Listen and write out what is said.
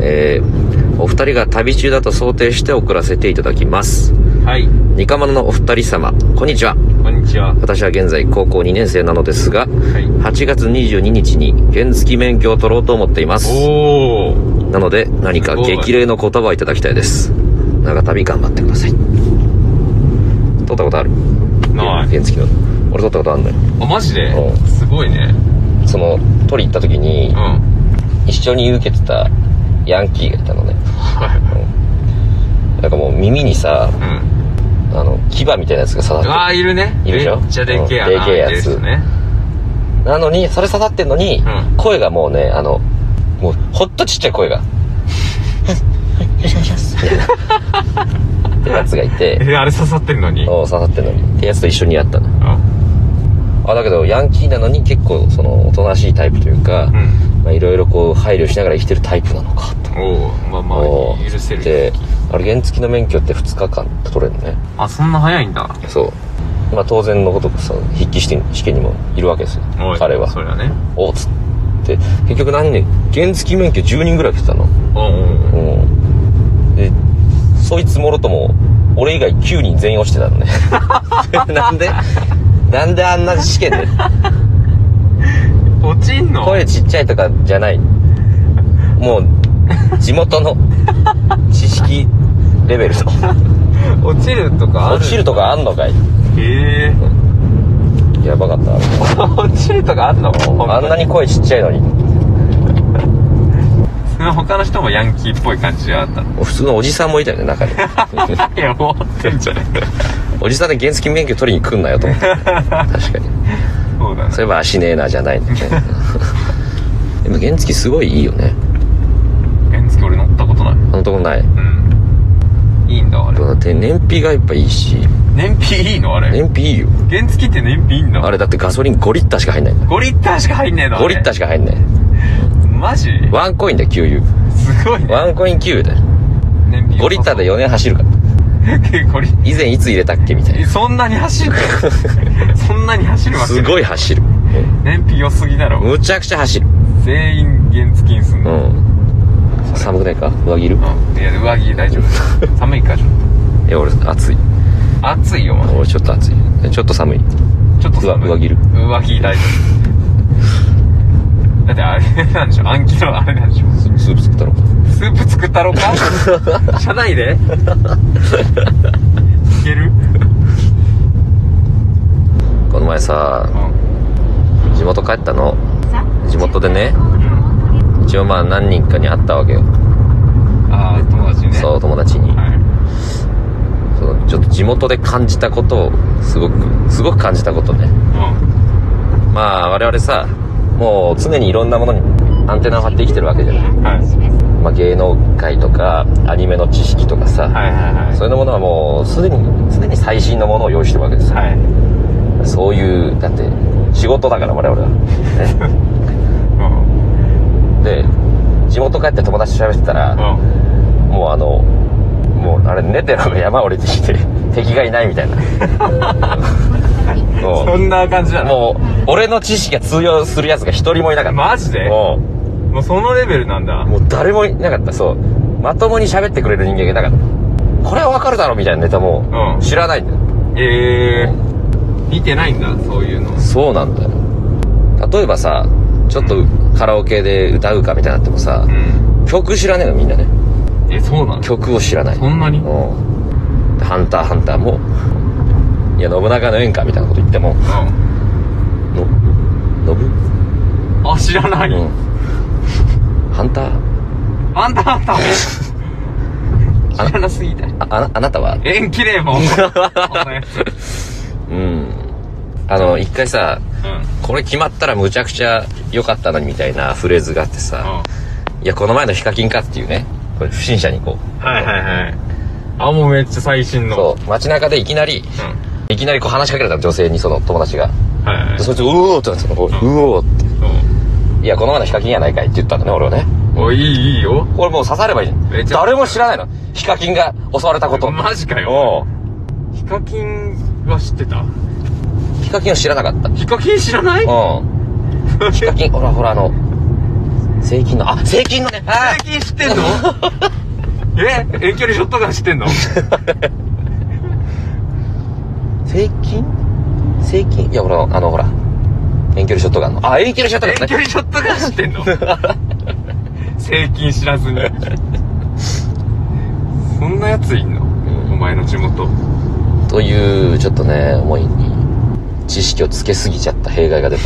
えーお二人が旅中だと想定して送らせていただきます。はい、ニカマノのお二人様、こんにちは。こんにちは。私は現在高校2年生なのですが、い8月22日に原付免許を取ろうと思っています。おー。なので、何か激励の言葉をいただきたいです。長旅頑張ってください。取ったことあるない原付の。俺取ったことあるのよ。あ、マジでおすごいね。その、取り行った時にうん。、は一緒に受けてたヤンキーがいたのね。い。なんかもう耳にさ、うん。あの、牙みたいなやつが刺さっあー、いるね。いるでしょめっちゃでけえやな。うんでけえやついる人ね。てなのに、それ刺さってんのに、うん声がもうね、あの、もう、ほっとちっちゃい声が。よろしくお願いします。みたいな。ってやつがいえて、ー、あれ刺さってんのに。おう刺さってんのに。ってやつと一緒にやったの。ああ、だけど、ヤンキーなのに結構、その、おとなしいタイプというか、うん。まあ、いろいろこう、配慮しながら生きてるタイプなのか、と。おー、まあまおあ、う許せでる。、あれ、原付の免許って2日間取れるのね。あ、そんな早いんだ。そう。まあ、当然のことくさ、筆記試験試験にもいるわけですよお。い彼は。それはね。おっつって結局何人原付免許10人ぐらい来てたのおうんうん。うんでそいつもろとも俺以外9人全員落ちてたのね なんでなんであんな試験で落ちんの声ちっちゃいとかじゃないもう地元の知識レベルの落ちるとかある落ちるとかあんのかいへえやばかったー。 落ちるとかあんのあんなに声ちっちゃいのに他の人もヤンキーっぽい感じであったの普通のおじさんもいたよね中 にいやもうってんじゃねおじさんで原付免許取りに来んなよと思って確かにそうだねそういえば足ねえなじゃないんだね でも原付すごいいいよね原付俺乗ったことないあのとこないうんいいんだあれだって燃費がやっぱいいし燃費いいのあれ燃費いいよ原付って燃費いいんだあれだってガソリン5リッターしか入んないんだ5リッターしか入んねえの5リッターしか入んないーマジワンコインだよ給油すごいねワンコイン給油だよ燃費5リッターで4年走るから5リッ以前いつ入れたっけみたいえそんなに走る そんなに走るなわけすごい走るうん燃費良すぎだろむちゃくちゃ走る全員原付にすんうのん寒くないか上着いるうんいや上 着大丈夫だ寒いかちょっいや俺暑いと暑いよお前俺ちょっと暑いちょっと寒いちょっと寒い上上着いる上着大丈夫だってあれなんでしょ暗記のあれなんでしょスープ作ったのスープ作ったろか 車内でいけるこの前さ地元帰ったの地元でね一応まあ何人かに会ったわけよ、ああ友達ねそう友達に、はいそのちょっと地元で感じたことをすごくすごく感じたことねまあ我々さもう常にいろんなものにアンテナを張って生きてるわけじゃない、うんはいまあ、芸能界とかアニメの知識とかさ、はいはいはいそういうものはもうすでにすでに最新のものを用意してるわけですよ、はいそういうだって仕事だから我々は、ね、うんで地元帰って友達と喋ってたら、うんもうあのもうあれ寝てるのが山降りてきて敵がいないみたい なもそんな感じだうなもう俺の知識が通用するやつが一人もいなかったマジでももうそのレベルなんだうもう誰もいなかったそうまともに喋ってくれる人間がいなかったこれはわかるだろみたいなネタもうん知らないんだよ、ええ見てないんだそういうのそうなんだよ例えばさちょっとカラオケで歌うかみたいになってもさう、ん曲知らねえのみんなねえそうなの曲を知らないそんなにうんでハンターハンターもいや信長の演歌みたいなこと言ってもうの信んあ知らないうんハンターあんた あんた知らなすぎたああなあなたは縁切れ もううんあの一回さうんこれ決まったらむちゃくちゃ良かったのにみたいなフレーズがあってさ、いやこの前のヒカキンかっていうねこれ不審者にこうはいはいはいあもうめっちゃ最新のそう街中でいきなりうんいきなりこう話しかけられたの女性にその友達がはいはいでそいつうおーってなってたのこううおーっうんていやこの前のヒカキンやないかいって言ったんだね俺はねおいいいいよこれもう刺さればいいめっちゃ誰も知らないのヒカキンが襲われたことマジかよおヒカキンは知ってたヒカキンを知らなかったヒカキン知らないうん。ヒカキン、ほらほら、あの、税金のあ税金のねあ最近知 ってんのえ遠距離ショットガン知ってんのー税金税金いやほらあのほら遠距離ショットガンのあ遠距離ショットガン遠距ね離ショットガン知ってん の税金知らずにそんなやついんのお前の地元というちょっとね思いに知識をつけすぎちゃった弊害が出た